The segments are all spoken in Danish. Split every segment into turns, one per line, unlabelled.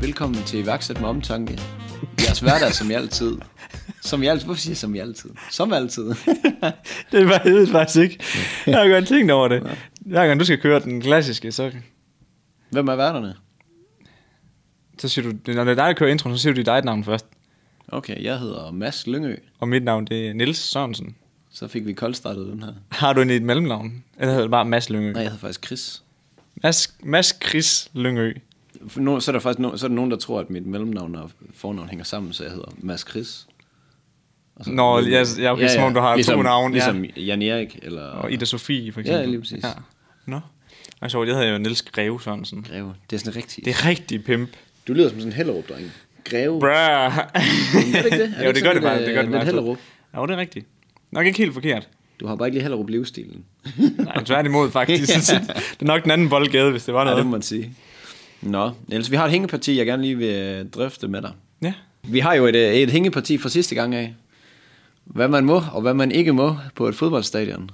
Velkommen til Iværksæt med omtanke. Jeres hverdag som i altid. Som i altid. Hvorfor siger jeg som i altid? Som altid.
Det var jeg ved faktisk ikke. Jeg har godt tænkt over det. Hver gang du skal køre den klassiske, så,
Hvem er værterne?
så siger du, når det er dig, der kører introen, så siger du dit eget navn først.
Okay, jeg hedder Mads Lyngø.
Og mit navn, det er Nils Sørensen.
Så fik vi koldstartet den her.
Har du en et mellemnavn? Eller hedder det bare Mads Lyngø?
Nej, jeg hedder faktisk Chris.
Mads, Mads Chris Lyngø.
For No, så er der faktisk no, så er der nogen, der tror, at mit mellemnavn og fornavn hænger sammen, så jeg hedder Mads Chris. Og så-
Nå, ja, ja, okay, som om du har to
ligesom,
navne, ja.
Ligesom Jan Erik eller
Og Ida Sofie, for eksempel.
Ja, lige præcis.
Nå. Og så, jeg hedder jo Nils Greve Sørensen.
Greve. Det er sådan rigtigt.
Det er rigtig pimp.
Du lyder som sådan en hellerup-dreng. Greve.
Bruh.
det ikke det? Er det
jo,
ikke
det gør
sådan
det bare.
lidt,
Det gør det
øh, lidt
bare.
Hellerup?
Ja, det er rigtigt. Nok ikke helt forkert.
Du har bare ikke lige Hellerup-livsstilen.
Nej, tværtimod faktisk. det er nok den anden boldgade, hvis det var
Ja,
noget.
det må man sige. Nå, Niels, vi har et hængeparti, jeg gerne lige vil øh, drøfte med dig.
Ja.
Vi har jo et, øh, et hængeparti fra sidste gang af. Hvad man må, og hvad man ikke må på et fodboldstadion.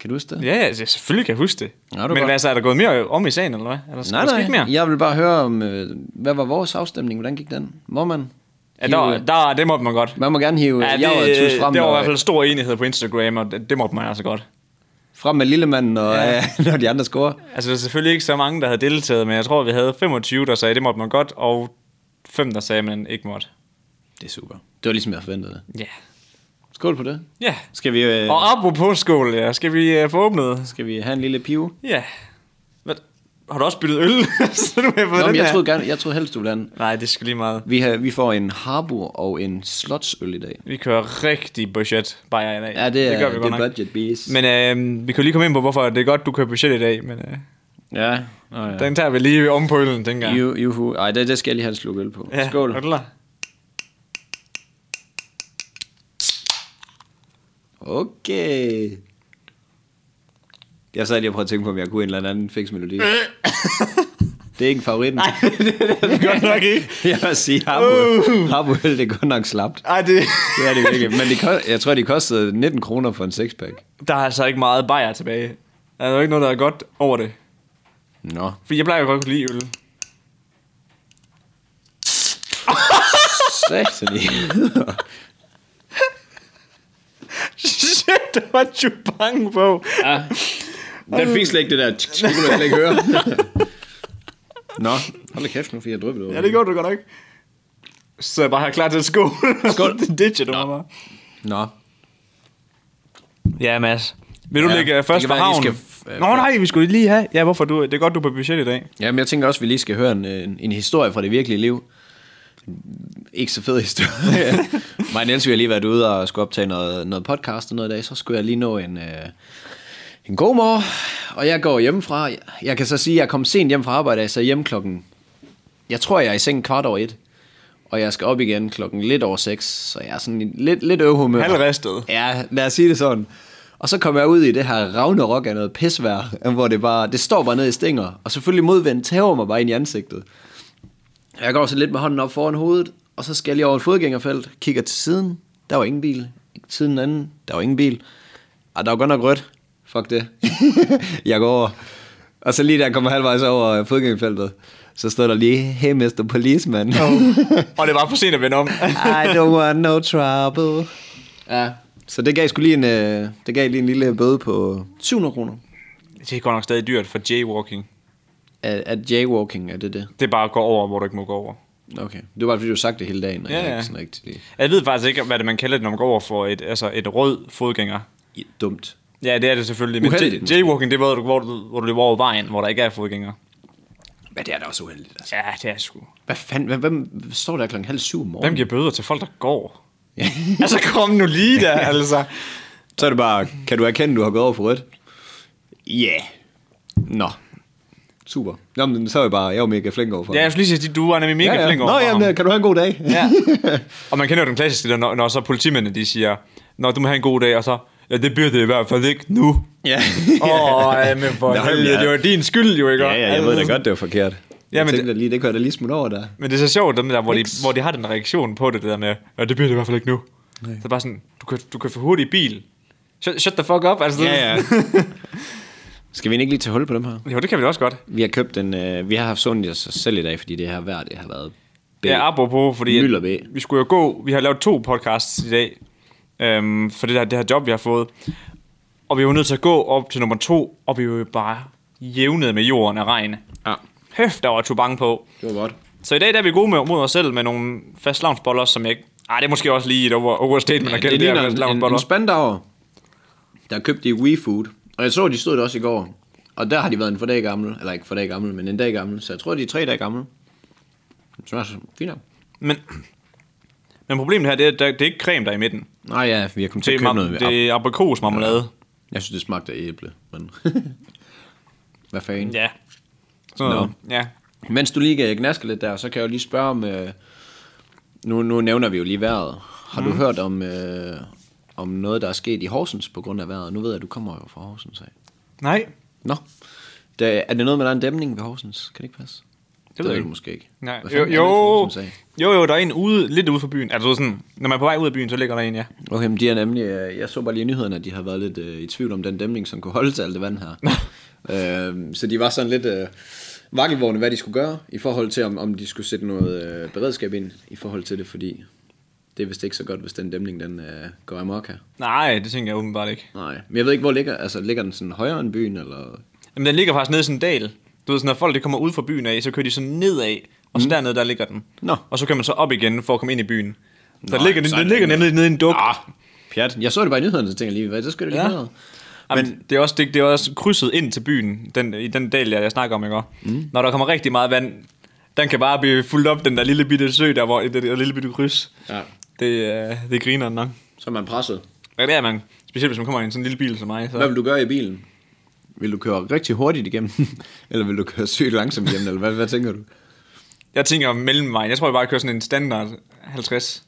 Kan du huske det?
Ja, ja, altså, selvfølgelig kan jeg huske det.
Nå, det var
Men
godt.
hvad så, er der gået mere om i sagen, eller hvad? Er der, nej, ikke mere?
jeg vil bare høre om, øh, hvad var vores afstemning? Hvordan gik den? Må man?
Ja, der, der, det måtte man godt.
Man må gerne hive ja,
Ja,
det,
det,
javet tus frem,
det var i hvert
og,
fald stor enighed på Instagram, og det, det måtte man altså godt.
frem med lillemanden, og, ja. når de andre scorer.
Altså, der er selvfølgelig ikke så mange, der havde deltaget, men jeg tror, vi havde 25, der sagde, det måtte man godt, og fem, der sagde, man ikke måtte.
Det er super. Det var ligesom jeg forventede.
Ja.
Skål på det.
Ja.
Skal vi, øh,
Og apropos skål, ja, skal vi øh, få åbnet?
skal vi have en lille pive?
Ja. Hvad? Har du også byttet øl? så du har fået
Nå,
den
men jeg
her.
troede, gerne, jeg troede helst, du ville have en
Nej, det skal lige meget.
Vi, har, vi får en harbor og en slotsøl i dag.
Vi kører rigtig budget bajer i dag.
Ja, det er,
det gør vi
det
godt
er
nok.
budget bees.
Men øh, vi kan jo lige komme ind på, hvorfor det er godt, du kører budget i dag, men øh,
ja. Nå, ja.
den tager vi lige om på øllen, tænker jeg.
You, you, ej, det, det skal jeg lige have en sluk øl på. Ja. Skål.
er du klar?
Okay. Jeg sad lige og prøvede at tænke på, om jeg kunne en eller anden fix melodi. det er ikke favoritten. Øh. Nej.
det gør nok ikke.
Jeg vil sige, harbo, harbo øl, det er godt nok slapt.
Ej, det...
Uh. Det er det virkelig. Men det, ko- jeg tror, de kostede 19 kroner for en sixpack.
Der er altså ikke meget bajer tilbage. Der er jo ikke noget, der er godt over det.
Nå.
For jeg plejer jo godt at kunne lide øl.
Satan i.
Shit, der var Chubank på.
Ja. Den fik slet ikke det der... tsk, tsk, Det kunne man slet ikke høre. Nå, hold da kæft nu, fordi jeg drøbte over.
Ja, det gjorde du godt nok. Så jeg bare har klar til at skåle.
Skål.
det ditcher du mig bare.
Nå.
Ja, Mads. Vil du
Ja,
ja, ligge
det
øh, først
kan
for
være, jeg
havn?
lige
Skal...
skal, øh,
Nå nej, vi skulle lige have. Ja, hvorfor du... Det er godt, du er på budget i dag.
Jamen, jeg tænker også, at vi lige skal høre en, øh, en, en historie fra det virkelige liv. Ikke så fed historie. Mig og Niels, vi har lige været ude og skulle optage noget, noget podcast og noget i dag, så skulle jeg lige nå en, øh, en god morgen, og jeg går hjemmefra. Jeg kan så sige, at jeg kom sent hjem fra arbejde, så hjem klokken... Jeg tror, jeg er i seng kvart over et, og jeg skal op igen klokken lidt over seks, så jeg er sådan i lidt, lidt øvhumør.
Halvristet.
Ja, lad os sige det sådan. Og så kom jeg ud i det her Ragnarok af noget pisvær, hvor det bare, det står bare ned i stænger, og selvfølgelig modvind tæver mig bare ind i ansigtet. Jeg går så lidt med hånden op foran hovedet, og så skal jeg lige over et fodgængerfelt, kigger til siden, der var ingen bil. Til den anden, der var ingen bil. Og der var godt nok rødt. Fuck det. jeg går over. Og så lige da jeg kommer halvvejs over fodgængerfeltet, så står der lige, hey Mr. Policeman.
Og det var for sent at vende om.
I don't want no trouble. Ja. Så det gav sgu lige en, øh, det gav lige en lille bøde på 700 kroner.
det er godt nok stadig dyrt for jaywalking.
At, at jaywalking, er det det?
Det er bare at gå over, hvor du ikke må gå over.
Okay. Det var bare, fordi du har sagt det hele dagen, og
Ja,
ja, jeg er
ja.
ikke sådan rigtig lige...
Jeg ved faktisk ikke, hvad det man kalder det, når man går over for et, altså et rød fodgænger.
I- Dumt.
Ja, det er det selvfølgelig. Men
Uheldigt,
j-
måske.
jaywalking, det er, hvor du, hvor, du, hvor du løber over vejen, hvor der ikke er fodgængere.
Men det er da også uheldigt, altså.
Ja, det er sgu.
Hvad fanden, hvem, hvem står der klokken halv syv om
Hvem
morgenen?
giver bøder til folk, der går? altså, kom nu lige der, altså.
Så er det bare, kan du erkende, du har gået over for rødt? Ja. Yeah. Nå. Super. Jamen, så er jeg bare, jeg er jo mega flink overfor.
Ja, jeg skulle lige sige, at du er nemlig mega ja, ja. flink over
Nå,
for ham.
jamen, kan du have en god dag?
Ja. Og man kender jo den klassiske, der, når, når så politimændene, de siger, Nå, du må have en god dag, og så, ja, det bliver det i hvert fald ikke nu.
ja.
Åh, oh, ja, men for
Nå,
helvede,
ja.
det var din skyld jo, ikke? Altså,
Ja, ja, jeg ved da godt, det var forkert. Ja, men jeg
men det-
tænkte, det... lige, det kører da lige smut over der.
Men det er så sjovt, dem der, hvor, de,
Niks.
hvor de har den reaktion på det, det der med, ja, det bliver det i hvert fald ikke nu. Nej. Så bare sådan, du kan, du kan for hurtigt i bil. Shut, shut the fuck up, altså.
Ja, ja. Skal vi egentlig ikke lige tage hul på dem her?
Jo, det kan vi da også godt.
Vi har købt en... Øh, vi har haft sundt i os selv i dag, fordi det her vejr, det har været... B.
Ja, apropos, fordi at
Mylder B.
vi skulle jo gå, vi har lavet to podcasts i dag, øhm, for det, der, det her job, vi har fået, og vi var nødt til at gå op til nummer to, og vi var jo bare jævnet med jorden af regn.
Ja,
Hæft, der var tubang på.
det var godt.
Så i dag der er vi gode med, mod os selv med nogle fastlavnsboller, som jeg ikke... Ej, det er måske også lige et over, overstatement ja, at
det
kalde det, her
ligner en, en,
fastlavnsboller.
en spandauer, der købte i WeFood. Og jeg så, de stod der også i går. Og der har de været en for dag gammel. Eller ikke for dag gammel, men en dag gammel. Så jeg tror, de er tre dage gamle. Det smager så fint af.
Men, men problemet her, det er, at der- det er ikke creme, der er i midten.
Nej, ja, vi har kommet til
Det
at
er,
købe
mam-
noget. Det...
det er aprikosmarmelade.
Jeg synes, det smagte af æble, men... Hvad fanden?
Ja. Sådan
Nå.
noget. Ja.
Mens du lige øh, gnasker lidt der, så kan jeg jo lige spørge om... Øh, nu, nu nævner vi jo lige vejret. Har
Mm.
du hørt om, øh, om noget, der er sket i Horsens på grund af vejret? Nu ved jeg, at du kommer jo fra Horsens af.
Nej.
Nå. Der, er det noget med, at der er en dæmning ved Horsens? Kan det ikke passe? Det,
ved jeg
du
ikke.
måske ikke.
Nej.
Hvad
Jo,
fanden er det for
jo,
Horsens af?
jo, jo, der er en ude, lidt ude for byen. Altså sådan, når man er på vej ud af byen, så ligger der en, ja.
Okay, men de er nemlig, øh, jeg så bare lige i nyhederne, at de har været lidt øh, i tvivl om den dæmning, som kunne holde til alt det vand her. øh, så de var sådan lidt øh, vakkelvågne, hvad de skulle gøre, i forhold til, om, om de skulle sætte noget øh, beredskab ind i forhold til det, fordi det er vist ikke så godt, hvis den dæmning den øh, går amok her.
Nej, det tænker jeg åbenbart ikke.
Nej, men jeg ved ikke, hvor ligger, altså ligger den sådan højere end byen, eller...
Jamen, den ligger faktisk nede i sådan en dal. Du ved, sådan, når folk de kommer ud fra byen af, så kører de sådan nedad, og så mm. dernede, der ligger den.
Nå.
Og så kører man så op igen for at komme ind i byen. Så
Nå,
den ligger, den,
så er
den
det
ligger
noget.
nemlig nede i en duk.
Ah, pjat. Jeg så det bare i nyhederne, så tænkte jeg lige, hvad, det skal det lige
Ja.
ja. have.
Jamen, men det er, også, det, det er også krydset ind til byen, den, i den del, jeg, jeg snakker om, ikke? også?
Mm.
Når der kommer rigtig meget vand, den kan bare blive fuldt op, den der lille bitte sø, der hvor det, det der lille bitte kryds.
Ja.
Det, er- det griner nok.
Så er man presset.
Ja, det er man. Specielt hvis man kommer i en sådan lille bil som mig. Så.
Hvad vil du gøre i bilen? Vil du køre rigtig hurtigt igennem, eller vil du køre sygt langsomt igennem, eller hvad, hvad tænker du?
Jeg tænker om mellemvejen. Jeg tror, jeg bare kører sådan en standard 50.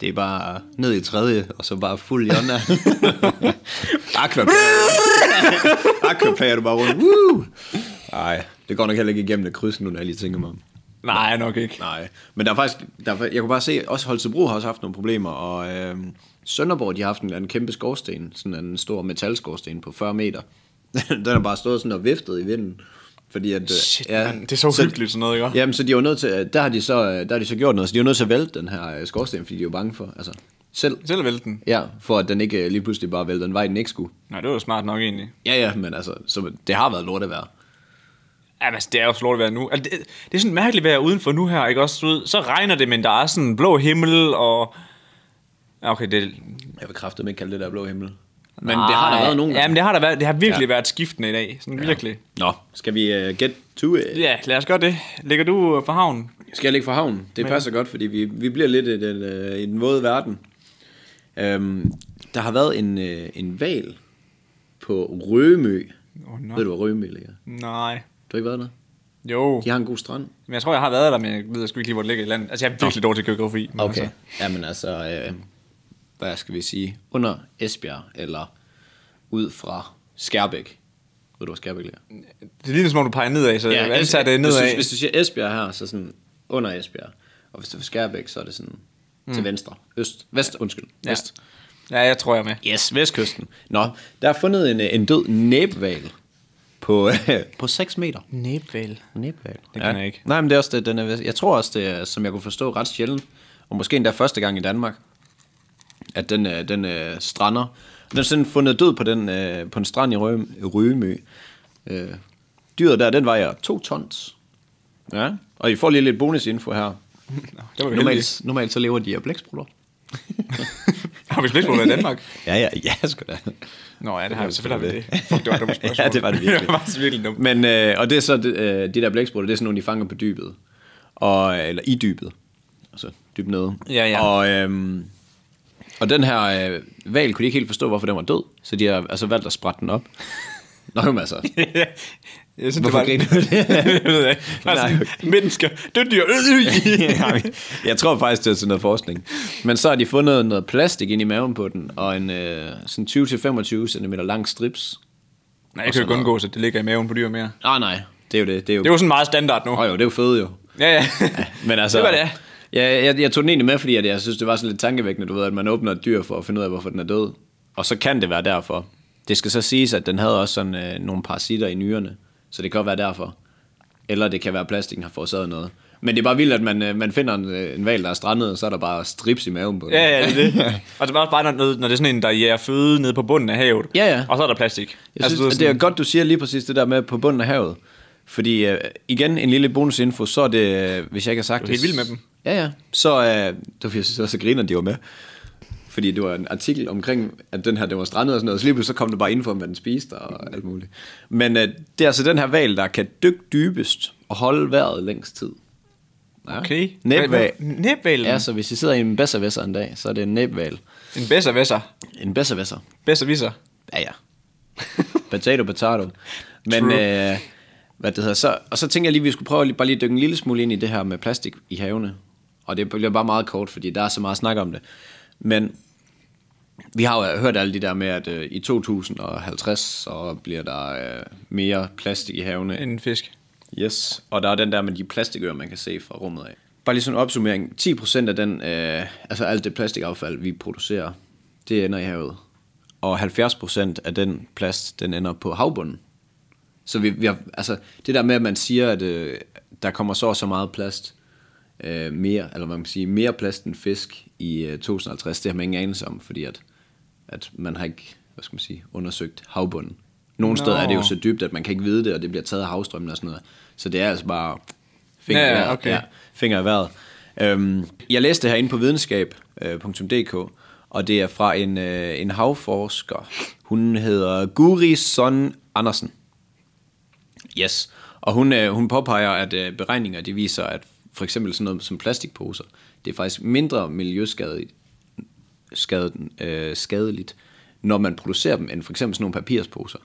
Det er bare ned i tredje, og så bare fuld jonna. Aquaplay. Aquaplay er du bare rundt. Woo! Nej, det går nok heller ikke igennem det kryds nu, når jeg lige tænker mig om.
Nej, nok ikke.
Nej, men der er faktisk, der er, fa- jeg kunne bare se, også Holstebro har også haft nogle problemer, og øh, Sønderborg, de har haft en, en kæmpe skorsten, sådan en stor metalskorsten på 40 meter. Den har bare stået sådan og viftet i vinden. Fordi at, øh,
Shit, ja, man, det er så, hyggeligt sådan noget, ikke?
Jamen, så de var nødt til, der har de så, øh, der har de så gjort noget, så de var nødt til at vælte den her øh, skorsten, fordi de var bange for, altså selv,
Selv vælte den.
ja, for at den ikke øh, lige pludselig bare vælte den vej, den ikke skulle.
Nej, det var jo smart nok egentlig.
Ja, ja, men altså, så det har været lort at være.
Jamen, altså, det er jo så lort at være nu. Altså, det, det, er sådan mærkeligt at være udenfor nu her, ikke også? Du ved, Så regner det, men der er sådan blå himmel, og... Ja, Okay, det...
Jeg vil kraftedeme ikke kalde det der blå himmel. Men det har der
Ej,
været nogle gange.
Jamen, det har, der været, det har virkelig ja. været skiftende i dag. Sådan ja. virkelig.
Nå, skal vi uh, get to it?
Ja, lad os gøre det. Ligger du øh, fra havnen?
Skal jeg ligge for havn? Det passer godt, fordi vi, vi bliver lidt i den, øh, i den våde verden. Øhm, der har været en, øh, en val på Rømø.
Åh, nej.
Ved du, hvor Rømø ligger?
Nej.
Du har ikke været der?
Jo.
De har en god strand.
Men jeg tror, jeg har været der, men jeg ved sgu ikke lige, hvor det ligger i landet. Altså, jeg er virkelig dårlig til geografi. men
Okay.
Altså,
Jamen altså, øh, hvad skal vi sige? Under Esbjerg, eller ud fra Skærbæk. Ved du, hvor Skærbæk ligger?
det ligner, som om du peger nedad, så ja, jeg
Esbjerg-
antager det er
hvis, du,
nedad.
hvis du siger Esbjerg her, så sådan under Esbjerg. Og hvis du er fra Skærbæk, så er det sådan til venstre. Øst. Vest, undskyld.
Mm. Ja.
Vest.
Ja, jeg tror, jeg er med.
Yes, vestkysten. Nå, der er fundet en, øh, en død næbval på, øh, på 6 meter.
Næbvæl.
Næbval?
Det kender jeg ikke.
Nej, men det er også det, den er, jeg tror også, det er, som jeg kunne forstå, ret sjældent. Og måske endda første gang i Danmark, at den, øh, den øh, strander. Den er sådan fundet død på, den, øh, på en strand i Røm- Rømø. Øh, dyret der, den vejer 2 tons. Ja, og I får lige lidt bonusinfo her.
Nå, det var vi heldige.
Normalt, normalt så lever de af blæksprutter.
Har vi slægtsmål i Danmark?
Ja, ja, ja, sgu da.
Nå ja, det har vi selvfølgelig har vi
var
det. Fuck, det var et dumt spørgsmål.
ja, det var det virkelig.
det var faktisk virkelig dumt.
Men, øh, og det er så, det, øh, de der blæksprutter, det er sådan nogle, de fanger på dybet. Og, øh, eller i dybet. Altså dybt nede.
Ja, ja.
Og, øhm, og den her øh, val kunne de ikke helt forstå, hvorfor den var død. Så de har altså valgt at sprætte den op. Nå, jo, men altså.
jeg synes,
Hvorfor griner du det?
det ved jeg ikke. Altså,
Nej,
mennesker, dødt dyr. Øh, øh.
jeg tror faktisk, det er sådan noget forskning. Men så har de fundet noget plastik ind i maven på den, og en øh, sådan 20-25 cm lang strips.
Nej, jeg kan jo ikke undgå, at det ligger i maven på dyr mere.
Nej, nej, det er jo det. Det er jo,
Det er jo sådan meget standard nu.
Åh, jo, det er jo fede jo.
Ja, ja.
Men altså,
Det var det.
Ja, jeg, jeg tog den egentlig med, fordi at jeg synes, det var sådan lidt tankevækkende, du ved, at man åbner et dyr for at finde ud af, hvorfor den er død. Og så kan det være derfor. Det skal så siges, at den havde også sådan øh, nogle parasitter i nyrerne, så det kan godt være derfor. Eller det kan være, at plastikken har forårsaget noget. Men det er bare vildt, at man, øh, man finder en, øh, en val, der er strandet, og så er der bare strips i maven på den.
Ja, ja, det er det. og det er også bare, når, når det er sådan en, der jæger føde nede på bunden af havet.
Ja, ja.
Og så er der plastik.
Jeg synes, altså, det, er godt, du siger lige præcis det der med på bunden af havet. Fordi øh, igen, en lille bonusinfo, så er det, øh, hvis jeg ikke har sagt
Du er helt vild med dem.
Ja, ja. Så, øh, det var, fordi jeg synes også, at griner, de var med. Fordi det var en artikel omkring, at den her, den var strandet og sådan noget. Så lige pludselig så kom det bare ind for, hvad den spiste og alt muligt. Men øh, det er altså den her val, der kan dykke dybest og holde vejret længst tid. Ja.
Okay.
Næbval.
Næbval.
Ja, så hvis I sidder i en basservæsser en dag, så er det en næbval.
En bedser væsser.
En basservæsser.
Bedser viser.
Ja, ja. potato, potato. Men
True.
øh, hvad det hedder, så, og så tænker jeg lige, at vi skulle prøve lige, bare lige at dykke en lille smule ind i det her med plastik i havene. Og det bliver bare meget kort, fordi der er så meget snak om det. Men vi har jo hørt alle de der med, at øh, i 2050, så bliver der øh, mere plastik i havene,
En fisk.
Yes, og der er den der med de plastikører, man kan se fra rummet af. Bare lige sådan en opsummering. 10% af den, øh, altså alt det plastikaffald, vi producerer, det ender i havet. Og 70% af den plast, den ender på havbunden. Så vi, vi har, altså, det der med, at man siger, at øh, der kommer så og så meget plast, øh, mere, eller hvad man kan sige, mere plast end fisk i øh, 2050, det har man ingen anelse om, fordi at, at man har ikke, hvad skal man sige, undersøgt havbunden. Nogle
Nå.
steder er det jo så dybt, at man kan ikke vide det, og det bliver taget af havstrømmen og sådan noget. Så det er altså bare finger,
Ja,
i
ja,
vejret.
okay.
finger i vejret. Øhm, jeg læste det herinde på øh, videnskab.dk, og det er fra en, øh, en havforsker. Hun hedder Guri Son Andersen. Yes. Og hun, øh, hun påpeger, at øh, beregninger de viser, at for eksempel sådan noget som plastikposer, det er faktisk mindre miljøskadeligt, skaden, øh, skadeligt, når man producerer dem, end for eksempel sådan nogle papirsposer.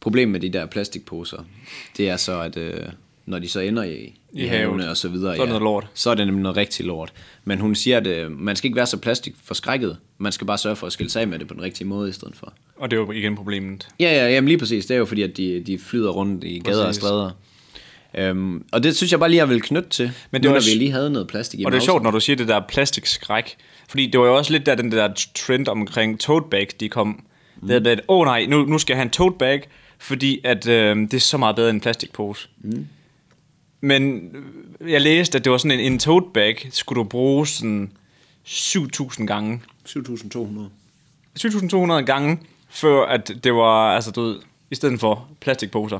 Problemet med de der plastikposer, det er så, at øh, når de så ender i, i,
I havet.
havene og så videre,
Så er det noget lort.
så er det nemlig noget rigtig lort. Men hun siger, at øh, man skal ikke være så plastikforskrækket, man skal bare sørge for at skille sig af med det på den rigtige måde i stedet for.
Og det er jo igen problemet.
Ja, ja, jamen lige præcis. Det er jo fordi, at de, de flyder rundt i gader og
Præcis.
stræder. Øhm, og det synes jeg bare lige, jeg vil knytte til, Men
Men
det nu,
det var
når vi
også-
lige havde noget plastik i
Og det er
mausen.
sjovt, når du siger det der plastikskræk. Fordi det var jo også lidt der, den der trend omkring tote bag, de kom. Mm. Det at, åh oh, nej, nu, nu skal jeg have en tote bag, fordi at, øh, det er så meget bedre end en plastikpose. Mm. Men øh, jeg læste, at det var sådan en, en tote bag, skulle du bruge sådan 7.000 gange.
7.200.
7.200 gange, før at det var, altså du ved, i stedet for plastikposer.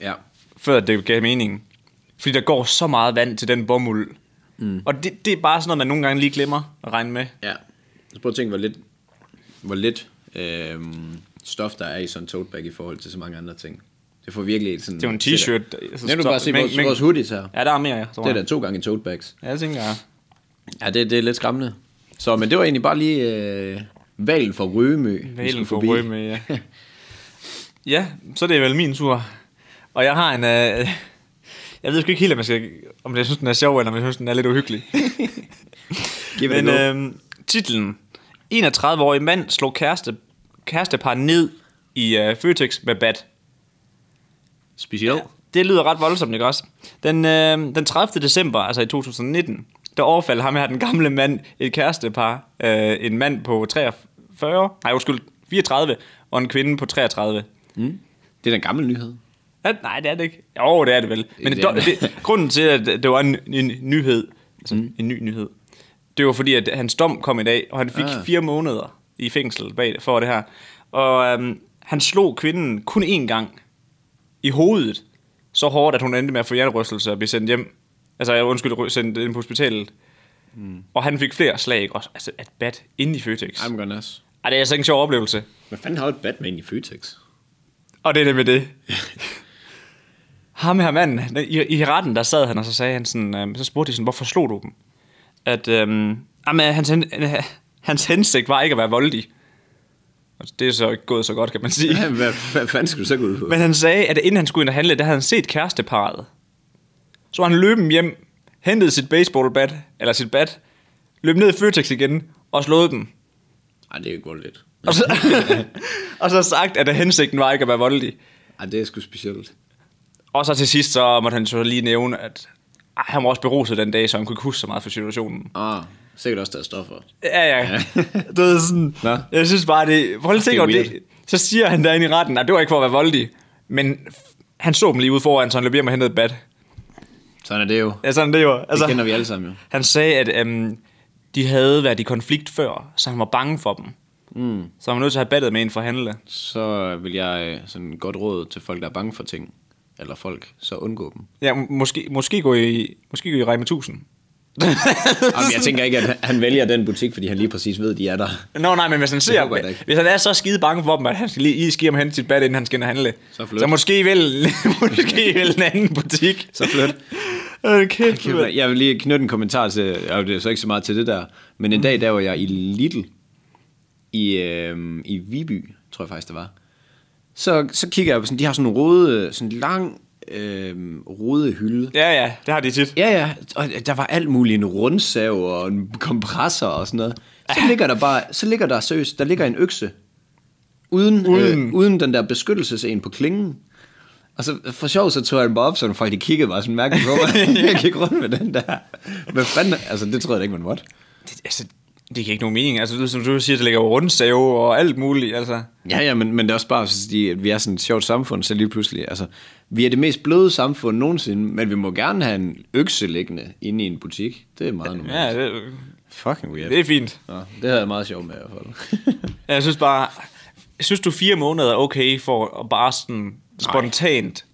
Ja.
før det gav mening. Fordi der går så meget vand til den bomuld. Mm. Og det, det er bare sådan noget, man nogle gange lige glemmer at regne med.
ja. Så prøv at tænke, hvor lidt, hvor lidt øhm, stof der er i sådan en tote bag i forhold til så mange andre ting. Det får virkelig et sådan...
Det er jo en t-shirt. der- altså,
Nu kan du bare
stop-
se
mæng-
vores,
mæng-
vores hoodies her.
Ja, der er mere, ja.
Det er da to gange tote bags.
Ja, jeg tænker, jeg.
Ja, det, det er lidt skræmmende. Så, men det var egentlig bare lige øh, valen fra Rømø. vi skulle
Valen for
forbi.
rød med, ja. ja, så er det vel min tur. Og jeg har en... Øh, jeg ved sgu ikke helt, om jeg, skal, om jeg synes, den er sjov, eller om jeg synes, den er lidt uhyggelig.
Give it
Men
a go.
øh, titlen. 31-årig mand slog kæreste, kærestepar ned i øh, Føtex med bat.
Specielt.
Det lyder ret voldsomt, ikke også? Den, øh, den 30. december, altså i 2019, der overfaldt ham her, den gamle mand, et kærestepar, øh, en mand på 43, nej undskyld, 34, og en kvinde på 33.
Det er den gamle nyhed.
Ja, nej, det er det ikke. Jo, det er det vel. Men
Det
det
er det.
det, grunden til, at det var en, en nyhed, altså mm. en ny nyhed, det var fordi, at hans dom kom i dag, og han fik
Ah.
ah. fire måneder i fængsel bag for det her. Og øhm, han slog kvinden kun én gang i hovedet, så hårdt, at hun endte med at få hjernerystelse og blive sendt hjem. Altså, jeg undskyld, ry- sendt ind på hospitalet. Mm. Og han fik flere slag, ikke også? Altså, at bat ind i Føtex. Ej,
I'm gonna ask.
det er altså ikke en sjov oplevelse.
Hvad fanden har et Batman i Føtex?
Og det er nemlig det. Ham her manden, i, i retten der sad han, og så sagde han sådan, øhm, så spurgte de sådan, hvorfor slog du dem? At, øhm, jamen, hans, hen, øh, hans hensigt var ikke at være voldelig. Og det er så ikke gået så godt, kan man sige.
hvad, hvad fanden skulle du så gå ud på?
Men han sagde, at inden han skulle ind og handle, der havde han set kæresteparret. Så han løb dem hjem, hentede sit baseballbat, eller sit bat, løb ned i Føtex igen, og slåede dem.
Ej, det er jo lidt.
Og så, og så sagt, at hensigten var ikke at være voldelig.
Ej, det er sgu specielt.
Og så til sidst, så måtte han så lige nævne, at ej, han var også beruset den dag, så han kunne ikke huske så meget for situationen.
Ah, sikkert også taget stoffer.
Ja, ja. det er sådan,
Nå.
jeg synes bare, det... Prøv lige at tænke
er
over
weird.
det. Så siger han derinde i retten, at det var ikke for at være voldelig, men han så dem lige ude foran, så han løb hjem og hentede et bat.
Sådan er det jo.
Ja, sådan det jo.
Det kender vi alle sammen jo.
Han sagde, at øhm, de havde været i konflikt før, så han var bange for dem. Mm. Så han var nødt til at have battet med en forhandler.
Så vil jeg øh, sådan godt råd til folk, der er bange for ting, eller folk, så undgå dem.
Ja, må- måske, måske gå i, måske gå i Rema 1000.
Jamen, jeg tænker ikke, at han vælger den butik, fordi han lige præcis ved, de er der.
Nå nej, men hvis han,
håber jeg da
ser,
ikke.
hvis han er så skide bange for dem, at han skal lige, lige skal hjem og hente sit bat, inden han skal ind og handle,
Så
så,
flyt.
så måske vel, måske vel en anden butik.
Så flyt.
Hold kæft, mand.
Kæft, Jeg vil lige knytte en kommentar til, og det er så ikke så meget til det der, men en dag, der var jeg i Lidl, i, øh, i Viby, tror jeg faktisk, det var. Så, så kigger jeg på sådan, de har sådan en rode, sådan en lang øh, rode hylde.
Ja, ja, det har de tit.
Ja, ja, og der var alt muligt, en rundsav og en kompressor og sådan noget. Så ligger der bare, så ligger der seriøst, der ligger en økse, uden, uden. Øh, uden den der beskyttelsesen på klingen. Og så for sjov, så tog jeg den bare op, så folk de kiggede bare sådan mærkeligt på mig. jeg gik rundt med den der. Hvad fanden, altså det tror jeg da ikke, man måtte.
Det, altså, det giver ikke nogen mening. Altså, du- som du siger, det ligger jo rundsave og alt muligt, altså.
Ja, ja, men, men det er også bare, fordi at vi er sådan et sjovt samfund, så lige pludselig, altså, vi er det mest bløde samfund nogensinde, men vi må gerne have en økse liggende inde i en butik. Det er meget normalt.
Ja, det,
Fucking weird.
det er fint.
Nå, det havde jeg meget sjovt med i hvert fald.
Jeg synes bare, jeg synes du fire måneder er okay for at bare sådan spontant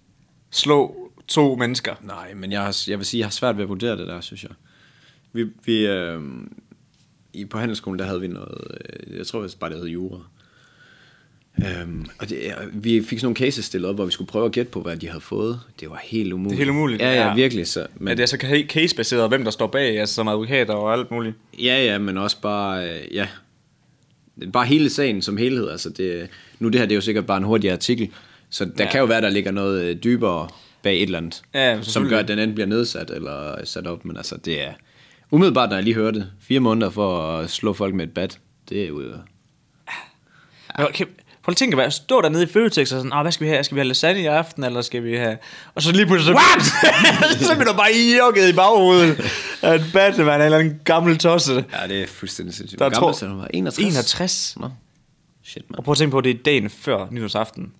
slå to mennesker?
Nej, men jeg, har, jeg vil sige, jeg har svært ved at vurdere det der, synes jeg. Vi, vi, øh, i, på handelsskolen, der havde vi noget, øh, jeg tror vist bare, det hed jura. Øhm, og det, øh, vi fik sådan nogle cases stillet op, hvor vi skulle prøve at gætte på, hvad de havde fået. Det var helt umuligt.
Det er helt umuligt.
Ja, ja, virkelig. Så,
Men... Ja, det er så ca- casebaseret, hvem der står bag, altså som advokater og alt muligt.
Ja, ja, men også bare, øh, ja, bare hele sagen som helhed. Altså det, nu det her, det er jo sikkert bare en hurtig artikel, så der ja. kan jo være, der ligger noget øh, dybere bag et eller andet,
Ja,
som
selvfølgelig.
gør, at den enten bliver nedsat eller sat op. Men altså, det er umiddelbart, når jeg lige hørte det. Fire måneder for at slå folk med et bat, det er jo... øh,
Ja. Okay, prøv lige at tænke, hvad stå dernede i Føtex og sådan, "Åh, hvad skal vi have? Skal vi have lasagne i aften, eller skal vi have... Og så lige pludselig, så, så bliver du bare jokket i baghovedet af en Batman eller en gammel tosse.
Ja, det er fuldstændig sindssygt.
Der
Hvor
tror-
gammel er du? var? 61?
61.
Nå. Shit, mand.
Og prøv at tænke på, at det er dagen før nytårsaften.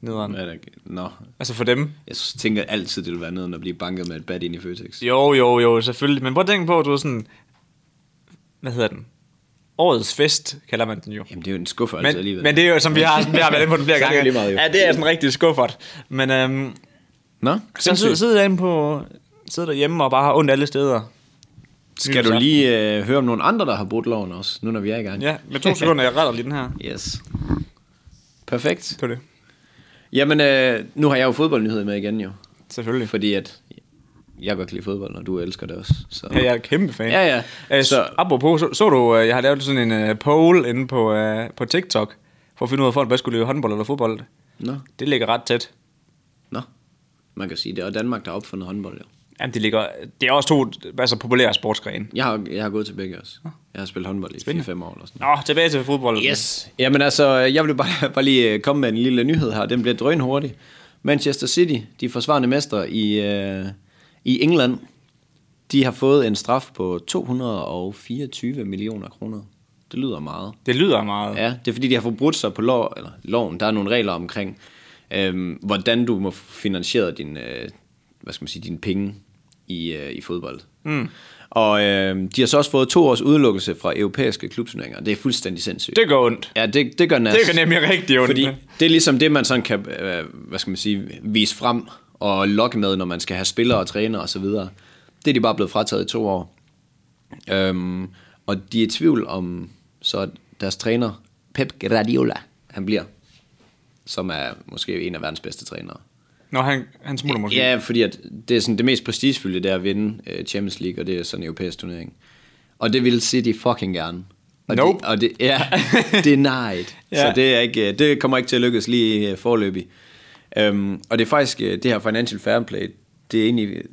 Nederen.
Hvad er der- Nå,
Altså for dem.
jeg tænker altid, det vil være noget, at blive banket med et bat ind i Føtex.
Jo, jo, jo, selvfølgelig. Men prøv at tænke på, at du er sådan... Hvad hedder den? Årets fest, kalder man den jo.
Jamen, det er jo en skuffer altså
Men,
alligevel.
men det er jo, som vi har, vi har været inde på den flere
Så er det
gange.
jo lige meget, jo.
ja, det er sådan rigtig skuffert. Men øhm,
Nå,
så
sindssygt.
sidder sidde derinde på, sidder derhjemme og bare har ondt alle steder.
Skal du lige øh, høre om nogle andre, der har brudt loven også, nu når vi er i gang?
Ja, med to sekunder, jeg retter lige den her.
Yes. Perfekt.
På det.
Jamen, øh, nu har jeg jo fodboldnyheder med igen jo.
Selvfølgelig.
Fordi at jeg godt kan lide fodbold, og du elsker det også. Så.
Ja, jeg er kæmpe fan.
Ja, ja.
Øh, så.
Så-
Apropos, så, så du, øh, jeg har lavet sådan en øh, poll inde på, øh, på TikTok, for at finde ud af, folk, hvad skulle løbe håndbold eller fodbold.
Nå,
Det ligger ret tæt.
nå. Man kan sige, det er Danmark, der har opfundet håndbold jo.
Jamen, det, ligger, det er også to altså, populære sportsgrene.
Jeg har, jeg har gået til begge også. Jeg har spillet håndbold i 4-5 år eller sådan
Nå, tilbage til fodbold.
Yes. Jamen altså, jeg vil bare, bare lige øh, komme med en lille nyhed her. Den bliver drøn hurtigt. Manchester City, de forsvarende mestre i, øh, i England, de har fået en straf på 224 millioner kroner. Det lyder meget.
Det lyder meget.
Ja, det er fordi, de har forbrudt sig på lov, eller loven. Der er nogle regler omkring, øh, hvordan du må finansiere din, øh, hvad skal man sige, dine penge i, øh, i fodbold. Mm. Og øh, de har så også fået to års udelukkelse fra europæiske klubturneringer. Det er fuldstændig sindssygt.
Det går ondt.
Ja, det, det gør nas.
Det gør nemlig rigtig ondt.
Fordi det er ligesom det, man sådan kan, øh, hvad skal man sige, vise frem og lokke med, når man skal have spillere og træner og så videre. Det er de bare blevet frataget i to år. Øhm, og de er i tvivl om, så deres træner, Pep Guardiola, han bliver, som er måske en af verdens bedste trænere.
Nå, han, han smutter måske.
Ja, fordi at det er sådan det mest prestigefyldte, det er at vinde øh, Champions League, og det er sådan en europæisk turnering. Og det vil City fucking gerne. Og
Nope.
Det, og det, ja, det er nejt. ja. Så
Ja.
det, er ikke, øh, det kommer ikke til at lykkes lige øh, forløbig. Øhm, og det er faktisk, øh, det her financial fair play, det er egentlig, øh,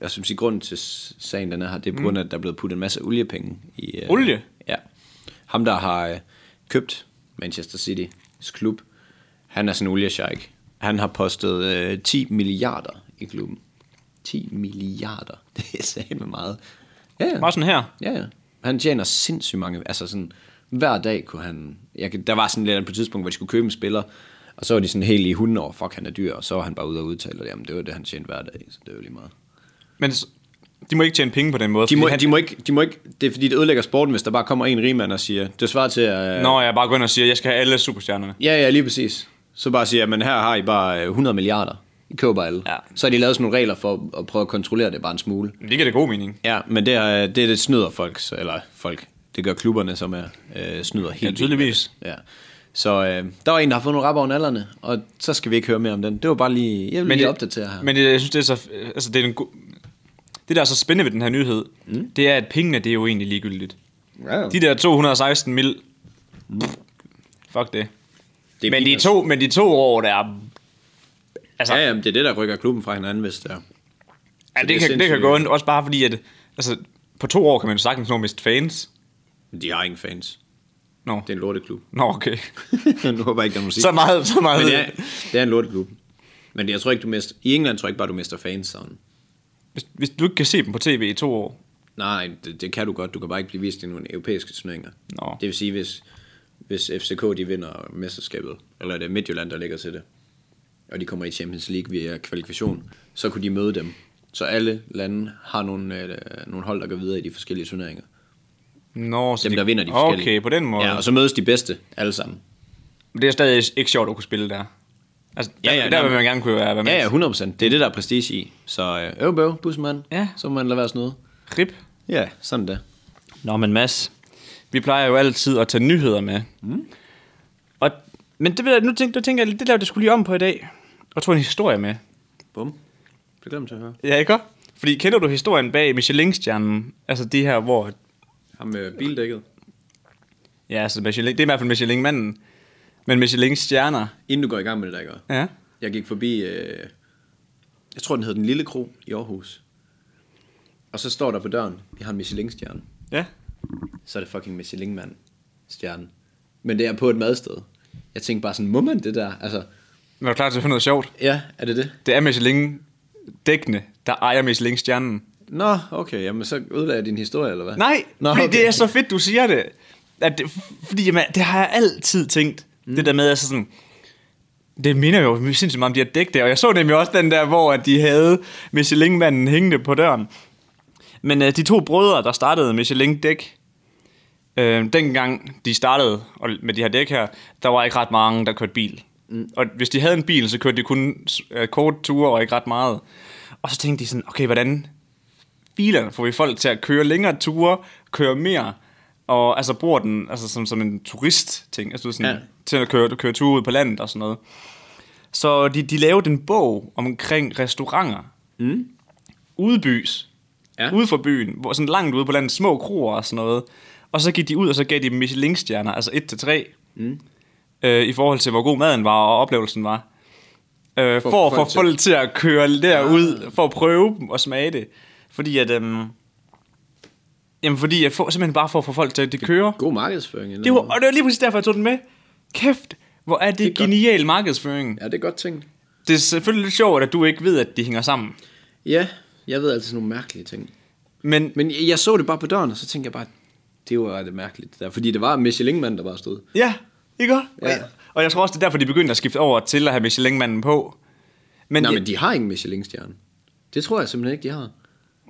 jeg synes, i grunden til s- sagen, den er her, det er på grund af, at der er blevet puttet en masse oliepenge i... Øh,
Mm. Olie?
Ja. Ham, der har øh, købt Manchester City's klub, han er sådan en oliesjejk. Han har postet øh, 10 milliarder i klubben. 10 milliarder. Det er sandt med meget. Ja, ja.
Bare sådan her.
Ja, ja. Han tjener sindssygt mange... Altså sådan Hver dag kunne han... Jeg, kan- der var sådan lidt på et tidspunkt, hvor de skulle købe en spiller, og så var de sådan helt i hunden over, fuck, han er dyr, og så var han bare ude og udtale, at jamen, det var det, han tjente hver dag, så det var lige meget.
Men s- de må ikke tjene penge på den måde.
De
fordi
må,
han,
de, må ikke, de må ikke, det er fordi, det ødelægger sporten, hvis der bare kommer en rigmand og siger, det svarer til at...
Når jeg bare går ind og siger, at jeg skal have alle superstjernerne.
Ja, ja, lige præcis. Så bare siger, men her har I bare øh, 100 milliarder. I køber alle.
Ja.
Så har de lavet sådan nogle regler for at prøve at kontrollere det bare en smule.
Men det giver da god mening.
Ja, men det, er, det, det snyder folk, så- eller folk, det gør klubberne, som er, øh, snyder helt
Ja,
vildt.
tydeligvis.
Ja. Så øh, der var en, der har fået nogle rapper over nallerne, og så skal vi ikke høre mere om den. Det var bare lige, jeg vil lige opdatere her.
Men det, jeg synes, det er så... Altså, det, er en go- det, der er så spændende ved den her nyhed, mm. det er, at pengene, det er jo egentlig ligegyldigt.
ja.
De der 216 mil... Fuck det.
Det er
det men, de
peanuts.
to, men de to år, der er... Altså,
altså- ja, ja, men det er det, der rykker klubben fra hinanden, hvis det er.
ja,
det er
det, kan, det kan
sindssygt.
gå ondt, også bare fordi, at altså, på to år kan man jo sagtens nå mest fans.
De har ingen fans.
Nå,
Det er en lorteklub.
Nå okay.
nu håber jeg ikke, der er musik.
så meget, så meget.
Men det er, det er en lorteklub. Men jeg tror ikke, du mister... I England tror jeg ikke bare, du mister fans sådan.
Hvis, hvis du ikke kan se dem på tv i to år,
Nej, det, det, kan du godt. Du kan bare ikke blive vist i nogle europæiske turneringer.
Nå.
Det vil sige, hvis, hvis FCK de vinder mesterskabet, eller det er Midtjylland, der ligger til det, og de kommer i Champions League via kvalifikation, så kunne de møde dem. Så alle lande har nogle, øh, nogle hold, der går videre i de forskellige turneringer.
Nå, så
Dem,
de,
der vinder de
okay,
forskellige.
Okay, på den måde.
Ja, og så mødes de bedste alle sammen.
Men det er stadig ikke sjovt at kunne spille der. Altså,
Ja,
ja,
ja,
ja, der,
nej,
der vil
men-
man gerne kunne være være med.
Ja, ja, 100%. Det er det, der er prestige i. Så øh, øv, bøv, busmand.
Ja.
Så må man lade være sådan noget.
Rip.
Ja, sådan det.
Nå, men Mads, vi plejer jo altid at tage nyheder med. Mm. Og, men det, ved jeg, nu tænker, nu tænker jeg, det lavede jeg skulle lige om på i dag. Og tog en historie med.
Bum. Det glemte jeg at høre.
Ja, ikke også? Fordi kender du historien bag Michelin-stjernen? Altså de her, hvor...
Ham med bildækket.
Ja, altså Michelin, det er i hvert fald Michelin-manden. Men Michelin-stjerner,
Inden du går i gang med det, der gør.
ja.
Jeg gik forbi, øh, jeg tror den hed Den Lille Kro i Aarhus. Og så står der på døren, vi har en Michelin-stjerne.
Ja.
Så er det fucking Michelin-mand stjerne. Men det er på et madsted. Jeg tænkte bare sådan, må man det der? Altså,
Men er du klar til at finde noget sjovt?
ja, er det det?
Det er Michelin-dækkene, der ejer Michelin-stjernen.
Nå, okay, jamen så ødelagde jeg din historie, eller hvad?
Nej,
Nå,
Nå, fordi det er så fedt, du siger det. At det fordi jamen, det har jeg altid tænkt. Mm. Det der med, altså sådan... Det minder jo sindssygt meget om de her dæk der. Og jeg så nemlig også den der, hvor at de havde Michelin-manden hængende på døren. Men øh, de to brødre, der startede Michelin-dæk, øh, dengang de startede og med de her dæk her, der var ikke ret mange, der kørte bil. Mm. Og hvis de havde en bil, så kørte de kun øh, kort ture og ikke ret meget. Og så tænkte de sådan, okay, hvordan bilerne får vi folk til at køre længere ture, køre mere, og altså bruger den altså, som, som en turistting, altså du ved, sådan,
Ja.
ja. til at køre, køre ture ud på landet og sådan noget. Så de, de lavede en bog omkring restauranter.
Mm.
Udbys.
Ja.
Ja. Ude for byen. Hvor, sådan langt ude på landet. Små kroer og sådan noget. Og så gik de ud, og så gav de dem Michelin-stjerner. Altså 1-3. Mm. Øh, I forhold til, hvor god maden var og oplevelsen var. Øh, for, for at
folk
få
til-
folk til at køre derud. For at prøve dem og smage det. Fordi at... Øhm, jamen fordi at for, simpelthen bare for at få folk til at det kører.
God markedsføring. eller
Det var,
noget.
og det var lige præcis derfor, jeg tog den med. Kæft, hvor er det,
Det er godt.
genial markedsføring.
Ja, det er godt tænkt.
Det er selvfølgelig lidt sjovt, at du ikke ved, at de hænger sammen.
Ja, jeg ved altid nogle mærkelige ting.
Men
Men jeg, jeg så det bare på døren, og så tænkte jeg bare, det var ret mærkeligt det der. Fordi det var en Michelin-mand, der bare stod.
ja, ikke også?
Ja.
Og, og jeg tror også, det er derfor, de begyndte at skifte over til at have Michelin-manden på. Men,
Nej,
jeg,
men de har ingen Michelin-stjerne. Det tror jeg simpelthen ikke, de har.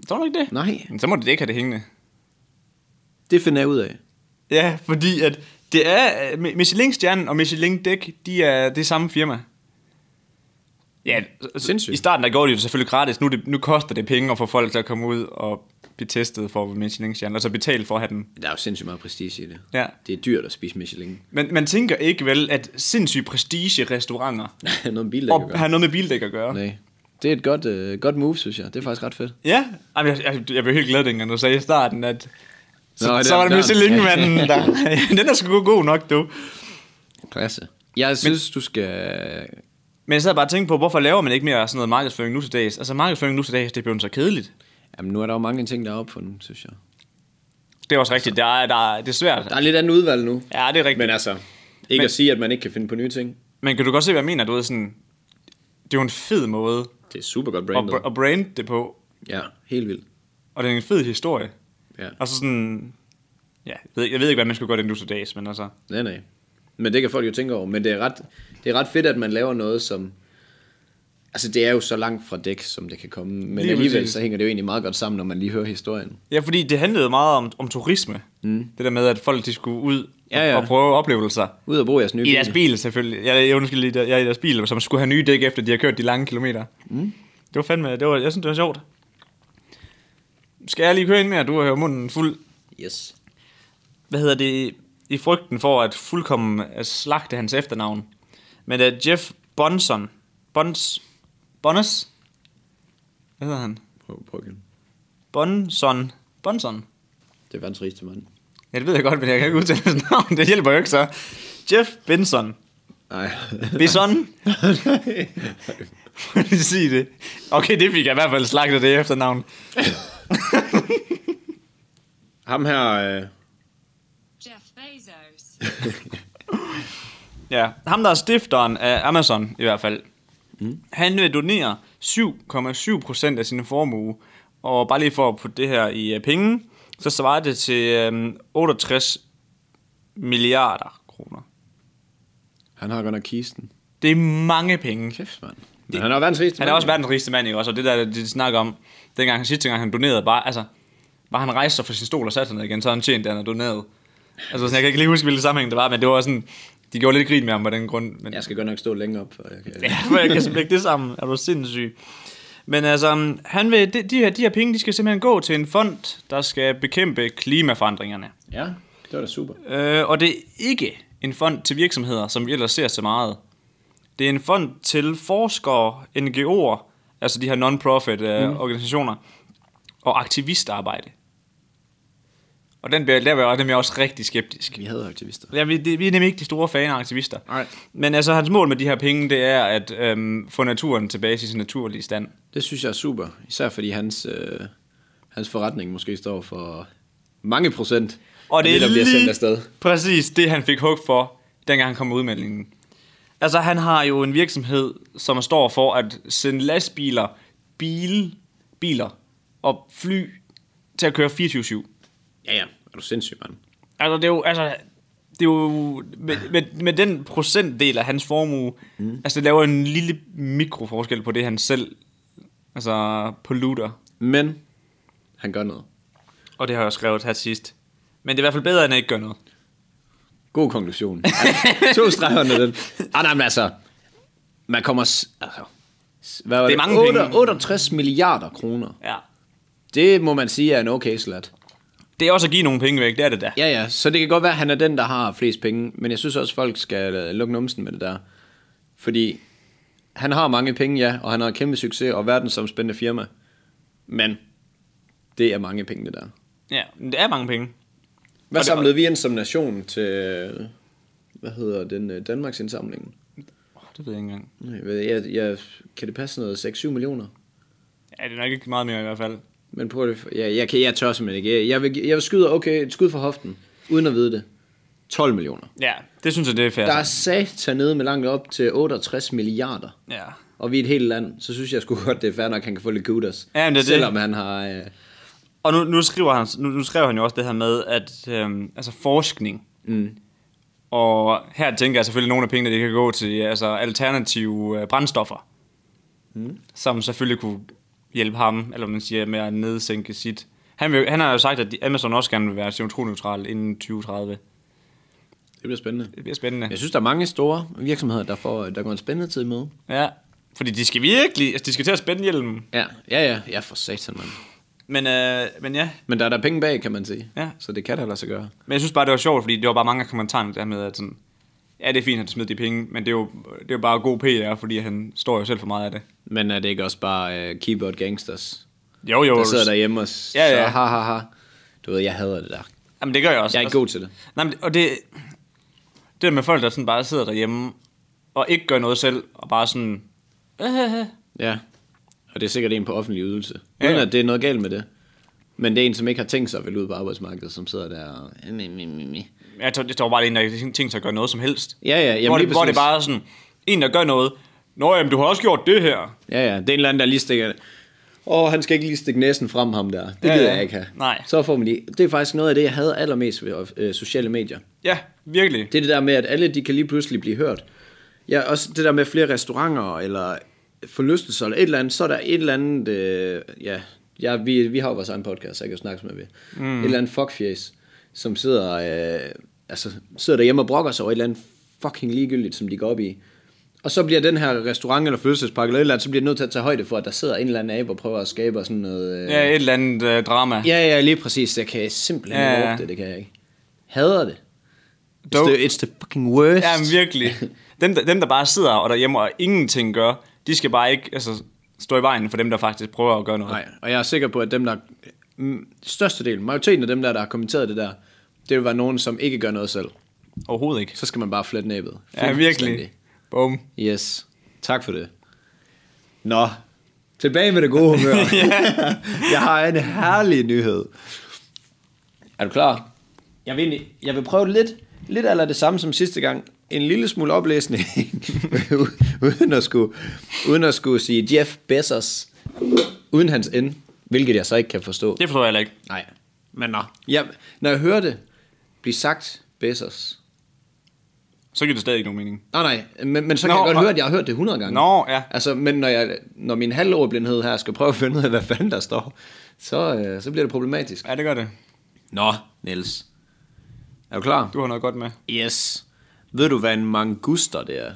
Tror du ikke det?
Nej.
Men så må de ikke have det hængende.
Det finder jeg ud af.
Ja, fordi at det er øh, Mi- Michelin-stjernen og Michelin-dæk, de er det er samme firma. Ja, altså,
Sindssygt.
i starten der gjorde de det selvfølgelig gratis. Nu, er det, nu koster det penge at få folk til at komme ud og blive testet for Michelin-stjernen, og så betale for at have den.
Der er jo sindssygt meget prestige i det.
Ja.
Det er dyrt at spise Michelin.
Men man tænker ikke vel, at sindssyge prestige-restauranter
noget med bil, der
og har noget med bildæk at gøre.
Nej. Det er et godt, øh, godt move, synes jeg. Det er faktisk ret fedt.
Ja, Ej, men jeg, jeg, jeg blev helt glad, dengang du sagde i starten, at så,
Nå,
Nå,
det
så
er
var det
døren.
Michelin-manden, der... den er sgu god nok, du.
Klasse. Jeg synes, Men... du skal...
Men jeg sad bare og tænkte på, hvorfor laver man ikke mere sådan noget markedsføring nu til dags? Altså markedsføring nu til dags, det er blevet så kedeligt.
Jamen, nu er der jo mange ting, der er opfundet, synes jeg.
Det er også rigtigt, der er, der er, det er svært.
Der er lidt andet udvalg nu.
Ja, det er rigtigt.
Men
Men,
altså, ikke Men...
Men-
at sige, at man ikke kan finde på nye ting.
Men kan du godt se, hvad jeg mener? Du ved sådan, det er jo en fed måde
Det er super godt
at,
brandet.
br- at brande det på,
Ja, helt vildt.
og det er en fed historie.
Ja.
Og så sådan, Ja, jeg ved, jeg ved ikke, hvad man skulle gøre den nu til dags, men altså...
Nej, nej. Men det kan folk jo tænke over. Men det er ret, det er ret fedt, at man laver noget, som... Altså, det er jo så langt fra dæk, som det kan komme. Men
Lige
lige alligevel,
præcis.
så hænger det jo egentlig meget godt sammen, når man lige hører historien.
Ja, fordi det handlede meget om, om turisme. Mm. Det der med, at folk de skulle ud ja,
Ja,
ja.
ja.
og prøve oplevelser.
Ud og bruge jeres nye
I deres
bil.
bil selvfølgelig. Jeg, jeg undskyld lige, jeg i deres bil, som skulle have nye dæk efter, de har kørt de lange kilometer. Mm. Det var fandme, det var, jeg synes, det var sjovt. Skal jeg lige køre ind mere? Du har jo munden fuld.
Yes.
Hvad hedder det? I frygten for at fuldkommen at slagte hans efternavn. Men uh, Jeff Bonson. Bons. Bonnes? Hvad hedder han?
Prøv, prøv igen.
Bonson. Bonson.
Det er verdens rigeste mand.
Ja, det ved jeg godt, men jeg kan ikke udtale hans navn. Det hjælper jo ikke så. Jeff Benson.
Nej.
Bison. Må jeg sige det? Okay, det fik jeg i hvert fald slagtet det efternavn.
Ham her... Øh...
Jeff Bezos.
Ja, ham der er stifteren af Amazon i hvert fald. Mm. Han vil donere 7,7% af sin formue. Og bare lige for at putte det her i øh, penge, så svarer det til øhm, 68 milliarder kroner.
Han har godt nok kisten.
Det er mange penge.
Kæft, mand. Men han er jo verdens rigeste
Han er også verdens rigeste mand, ikke også? Og det der, de snakker om, dengang han sidste gang, han donerede, bare, altså, bare han rejste sig fra sin stol og satte sig ned igen, så havde han tjent, det, han havde doneret. Altså, sådan, jeg kan ikke lige huske, hvilken sammenhæng det var, men det var sådan, de gjorde lidt grin med ham på den grund. Men,
Jeg skal godt nok stå længe op, for jeg kan...
ja, for jeg kan splække det sammen. Er du sindssyg? Men altså, han vil, de, de, her, de her penge, de skal simpelthen gå til en fond, der skal bekæmpe klimaforandringerne.
ja, det var da super.
Øh, og det er ikke en fond til virksomheder, som vi ellers ser så meget. Det er en fond til forskere, NGO'er, altså de her non-profit øh, mm. organisationer, og aktivistarbejde. Og den, bliver- der var jeg nemlig også rigtig skeptisk.
Vi havde aktivister.
Ja, vi, det, vi er nemlig ikke de store faner af aktivister.
Nej.
Men altså, hans mål med de her penge, det er at øhm, få naturen tilbage til sin naturlige stand.
Det synes jeg er super. Især fordi hans, øh, hans forretning måske står for mange procent
Og det,
af
det er
der
lige
bliver sendt afsted.
præcis det, han fik hug for, dengang han kom med udmeldingen. Altså, han har jo en virksomhed, som står for at sende lastbiler, bil, biler og fly til at køre 24-7.
Ja, ja. Er du sindssyg, mand?
Altså, det er jo, altså, det er jo med, med, med den procentdel af hans formue, mm. altså, det laver en lille mikroforskel på det, han selv altså, polluter.
Men han gør noget.
Og det har jeg også skrevet her sidst. Men det er i hvert fald bedre, end at ikke gøre noget.
God konklusion. Ej, to streger under den. Ah, nej, men altså, man kommer... s- Altså, s- hvad var
Det er mange penge.
68 milliarder kroner.
Ja.
Det må man sige er en okay slat.
Det er også at give nogle penge væk, det er det da.
Ja, ja, så det kan godt være, at han er den, der har flest penge, men jeg synes også, folk skal øh, lukke numsen med det der. Fordi han har mange penge, ja, og han har kæmpe succes og verdensomspændende firma. Men det er mange penge, det der.
Ja, men det er mange penge.
Hvad
Og det-
samlede vi ind som nation til, øh, hvad hedder den, øh, Danmarks indsamlingen?
Oh, det ved jeg ikke engang.
Nej, hvad- Jeg, jeg, kan det passe noget 6-7 millioner?
Ja, det er nok ikke meget mere i hvert fald.
Men prøv det, ja, jeg, kan, jeg tør simpelthen ikke. Jeg, jeg, vil, jeg vil skyde, okay, et skud fra hoften, uden at vide det. 12 millioner.
Ja, det synes jeg, det er fair.
Der er satan nede med langt op til 68 milliarder.
Ja.
og vi er et helt land, så synes jeg sgu godt, det er fair nok, at han kan få lidt kudos.
Ja, men det er det.
Selvom han har... Øh,
Og nu, nu, skriver han, nu, nu skrev han jo også det her med, at øhm, altså forskning. Mm. Og her tænker jeg selvfølgelig nogle af pengene, det kan gå til altså alternative øh, brændstoffer. Mm. Som selvfølgelig kunne hjælpe ham, eller hvad man siger, med at nedsænke sit... Han, vil, han har jo sagt, at de- Amazon også gerne vil være CO2-neutral inden 2030.
det bliver spændende.
Det bliver spændende.
Jeg synes, der er mange store virksomheder, der, får, der går en spændende tid med.
Ja, fordi de skal virkelig... Altså, de skal til at spænde hjelmen.
Ja, ja, ja. Ja, for satan, mand.
Men, øh, men ja,
Men der er der penge bag, kan man sige.
Ja.
Så det kan der lade sig gøre.
Men jeg synes bare, det var sjovt, fordi det var bare mange af kommentarerne der med, at sådan, ja, det er fint, at han smed de penge, men det er jo, det er jo bare god PR, fordi han står jo selv for meget af det.
Men er det ikke også bare øh, keyboard gangsters,
Jo, jo.
der sidder derhjemme og s-
Ja, ja.
så ha, ha, ha. Du ved, jeg hader det der.
Jamen, det gør jeg også.
Jeg er ikke god til det.
Nej, men, det- og det, det der med folk, der sådan bare sidder derhjemme og ikke gør noget selv, og bare sådan, øh,
Ja. Og det er sikkert en på offentlig ydelse.
Ja,
Uden
ja.
at det er noget galt med det. Men det er en, som ikke har tænkt sig at ville ud på arbejdsmarkedet, som sidder der og... Mi, mi, mi, mi.
jeg tror, det tror bare, det er en, der ikke tænker sig at gøre noget som helst.
Ja, ja, jamen
hvor, det,
lige
hvor det
præcis.
bare er sådan, en, der gør noget, Nå, jamen, du har også gjort det her.
Ja, ja, det er en eller anden, der lige stikker Åh, han skal ikke lige stikke næsen frem ham der. Det
Ja,
gider
ja.
jeg ikke have.
Nej.
Så får man lige... Det er faktisk noget af det, jeg havde allermest ved øh, sociale medier.
Ja, virkelig.
Det er det der med, at alle de kan lige pludselig blive hørt. Ja, også det der med flere restauranter, eller forlystelser, eller et eller andet, så er der et eller andet, øh, ja, ja vi, vi har jo vores egen podcast, så jeg kan jo snakke med ved. Mm. Et eller andet fuckface, som sidder, øh, altså, sidder derhjemme og brokker sig over et eller andet fucking ligegyldigt, som de går op i. Og så bliver den her restaurant eller fødselspakke eller et eller andet, så bliver det nødt til at tage højde for, at der sidder en eller anden abe og prøver at skabe sådan noget... Øh,
Ja, et eller andet øh, drama.
Ja, ja, lige præcis. Jeg kan simpelthen
Ja,
ja,
ja.
ja. det, det kan jeg ikke. Hader det. It's
Dog-
the, it's the fucking worst.
Ja, men virkelig. Dem der, dem, der bare sidder og derhjemme og ingenting gør, de skal bare ikke altså, stå i vejen for dem, der faktisk prøver at gøre noget.
Nej, og jeg er sikker på, at dem, der... Mm, størstedelen, majoriteten af dem, der, der har kommenteret det der, det vil være nogen, som ikke gør noget selv.
Overhovedet ikke.
Så skal man bare flette næbet.
Ja, virkelig.
Fuldstændig.
Bum.
Yes. Tak for det. Nå, tilbage med det gode humør. jeg har en herlig nyhed. Er du klar? Jeg vil, egentlig- jeg vil prøve lidt, lidt eller det samme som sidste gang. En lille smule oplæsning, uden, at skulle, uden at skulle sige Jeff Bezos, uden hans N, hvilket jeg så ikke kan forstå.
Det forstår jeg heller ikke.
Nej, men nå. Ja, når jeg hører det blive sagt Bezos.
Så giver det stadig ikke nogen mening.
Nej, nej, men, men så kan
Nå,
jeg godt
og-
høre, at jeg har hørt det 100 gange.
Nå, ja.
Altså, men når, jeg, når min halvordblindhed her skal prøve at finde ud af, hvad fanden der står, så, øh, så bliver det problematisk.
Ja, det gør det.
Nå, Niels. Er du klar?
Du har noget godt med.
Yes. Ved du, hvad en manguster det er?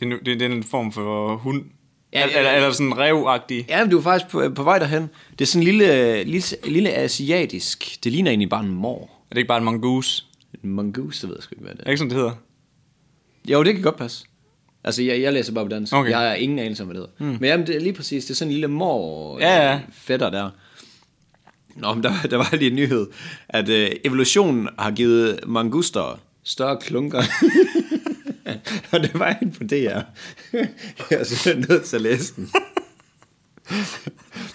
Det er, nu- det, det er en form for hund.
Ja,
Ja,
ja, ja.
Eller, eller sådan en revagtig.
Ja, men du er faktisk på, på vej derhen. Det er sådan en lille, øh, lille, lille asiatisk. Det ligner egentlig bare en mor.
Er det ikke bare en mongoose?
En mangus, det ved jeg sgu ikke, hvad det
Er
er.
det ikke sådan, det hedder?
Jo, det kan godt passe. Altså, jeg, jeg læser bare på dansk.
Okay. Hmm.
Okay. Jeg har ingen anelse om, hvad det hedder. Mm. Men jamen, det er lige præcis, det er sådan en lille mor øh,
Ja, ja.
fætter der. Nå, men der, der var lige en nyhed, at øh, evolutionen har givet manguster større klunker. Og det var en på DR. Jeg er simpelthen nødt til at læse den.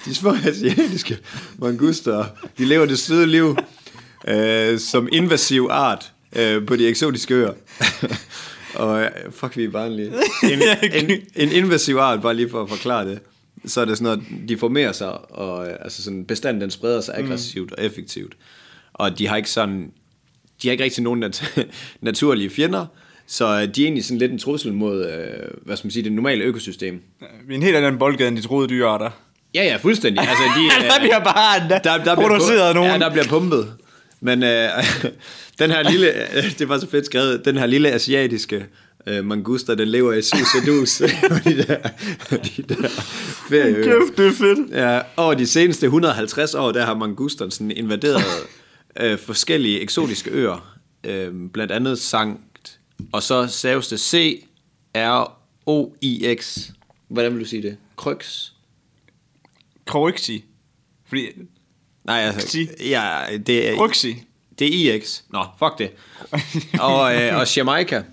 De små asiatiske manguster, de lever det søde liv øh, som invasiv art øh, på de eksotiske øer. Og øh, fuck, vi er barnlige. En, en, en invasiv art, bare lige for at forklare det, så er det sådan noget, de formerer sig, og øh, altså sådan, bestanden den spreder sig aggressivt og effektivt. Og de har ikke sådan, de har ikke rigtig nogen nat- naturlige fjender, så øh, de er egentlig sådan lidt en trussel mod, øh, hvad skal man sige, det normale økosystem.
Vi er en helt anden boldgade, end de troede dyrearter.
Ja, ja, fuldstændig. Altså, de, øh,
der bliver bare der,
der, der bliver
produceret
pu-
nogen.
Ja, der bliver pumpet. Men øh, den her lille, øh, det var så fedt skrevet, den her lille asiatiske øh, manguster, den lever i sus og dus. og de der, og de der ferieøer.
Kæft, det er fedt.
Ja, over de seneste 150 år, der har mangusterne sådan invaderet øh, forskellige eksotiske øer. Øh, blandt andet Sankt, og så saves det C-R-O-I-X. Hvordan vil du sige det? Kryks?
Kroixi. Fordi,
Nej, altså,
Xi.
ja, det er...
Ruxi.
Det er IX. Nå, fuck det. og, øh, og Jamaica.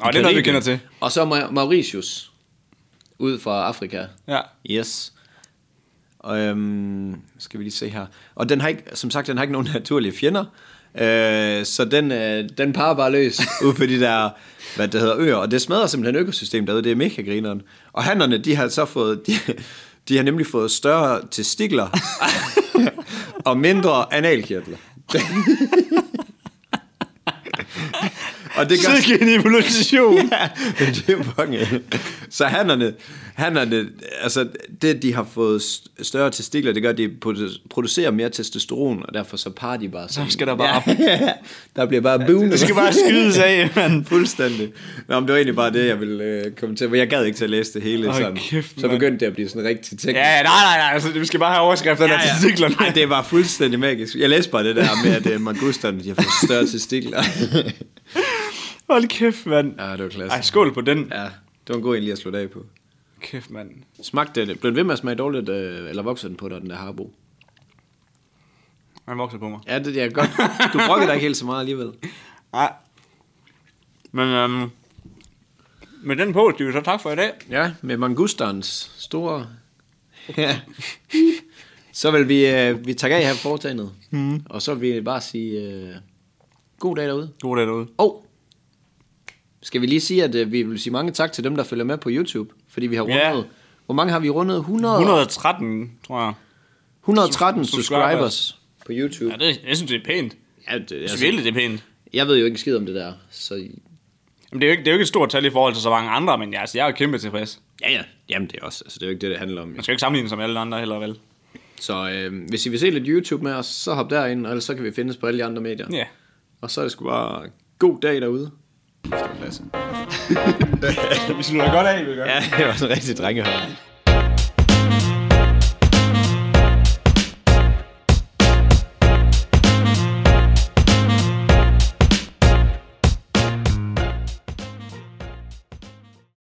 og det er noget, vi kender til.
Og så Ma- Mauritius. Ud fra Afrika.
Ja.
Yes. Og, øhm, skal vi lige se her. Og den har ikke, som sagt, den har ikke nogen naturlige fjender. Øh, så den, øh, den parer bare løs ude på de der, hvad det hedder, øer. Og det smadrer simpelthen økosystemet derude. Det er mega grineren. Og hannerne, de har så fået, de, de har nemlig fået større testikler og mindre analkirtler. og det gør,
Sikke en evolution.
ja, men det er fucking... Så hannerne, hannerne, altså det, de har fået st- større testikler, det gør, at de produ- producerer mere testosteron, og derfor så parer de bare sådan.
Så skal der bare op.
Ja, der bliver bare boom.
Det skal bare skydes af, mand.
Fuldstændig. Nå, men det var egentlig bare det, jeg ville øh, komme til, for jeg gad ikke til at læse det hele.
Åh,
sådan.
kæft,
så
mand.
begyndte det at blive sådan rigtig teknisk.
Ja, ja, nej, nej, nej. Altså, vi skal bare have overskrifterne ja, ja. til cyklerne.
Ej, det var fuldstændig magisk. Jeg læste bare det der med, at øh, Magusterne, de har fået større testikler.
Hold kæft, mand.
ja, det var klasse.
altså. Ej, skål på den.
Ja, det var en god en lige at slutte af på.
Kæft, mand.
Smagte det? Blev den ved med at smage dårligt, øh, eller voksede den på dig, den der harbo?
Han vokser på mig.
Ja, det er godt. Du brokkede dig ikke helt så meget alligevel.
Nej. Men øhm, med den på, det er jo så tak for i dag.
Ja, med mangusterens store... Ja. Så vil vi, øh, vi takke af her på foretagendet. Mm. Og så vil vi bare sige øh, god dag derude.
God dag derude.
Og skal vi lige sige, at øh, vi vil sige mange tak til dem, der følger med på YouTube, fordi vi har
Ja.
rundet Hvor mange har vi rundet? 100,
113, tror jeg.
113
subscribers.
subscribers på YouTube.
Ja, det, jeg synes, det er pænt.
Ja, det,
Jeg synes virkelig, det er pænt.
jeg ved jo ikke en skid om det der, så...
Jamen, det, er jo ikke, det er jo ikke et stort tal i forhold til så mange andre, men jeg, altså, jeg er jo kæmpe tilfreds.
Ja, ja. Jamen, det er også. Altså, det er jo ikke det, det handler om. jo.
Man skal jo ikke sammenligne sig med alle andre heller, vel?
Så øh, hvis I vil se lidt YouTube med os, så hop derind, og ellers så kan vi findes på alle de andre medier.
Ja.
Og så er det sgu bare god dag derude. Efter klasse.
Vi slutter godt af, vi gør.
Ja, det var sådan en rigtig drengehøj.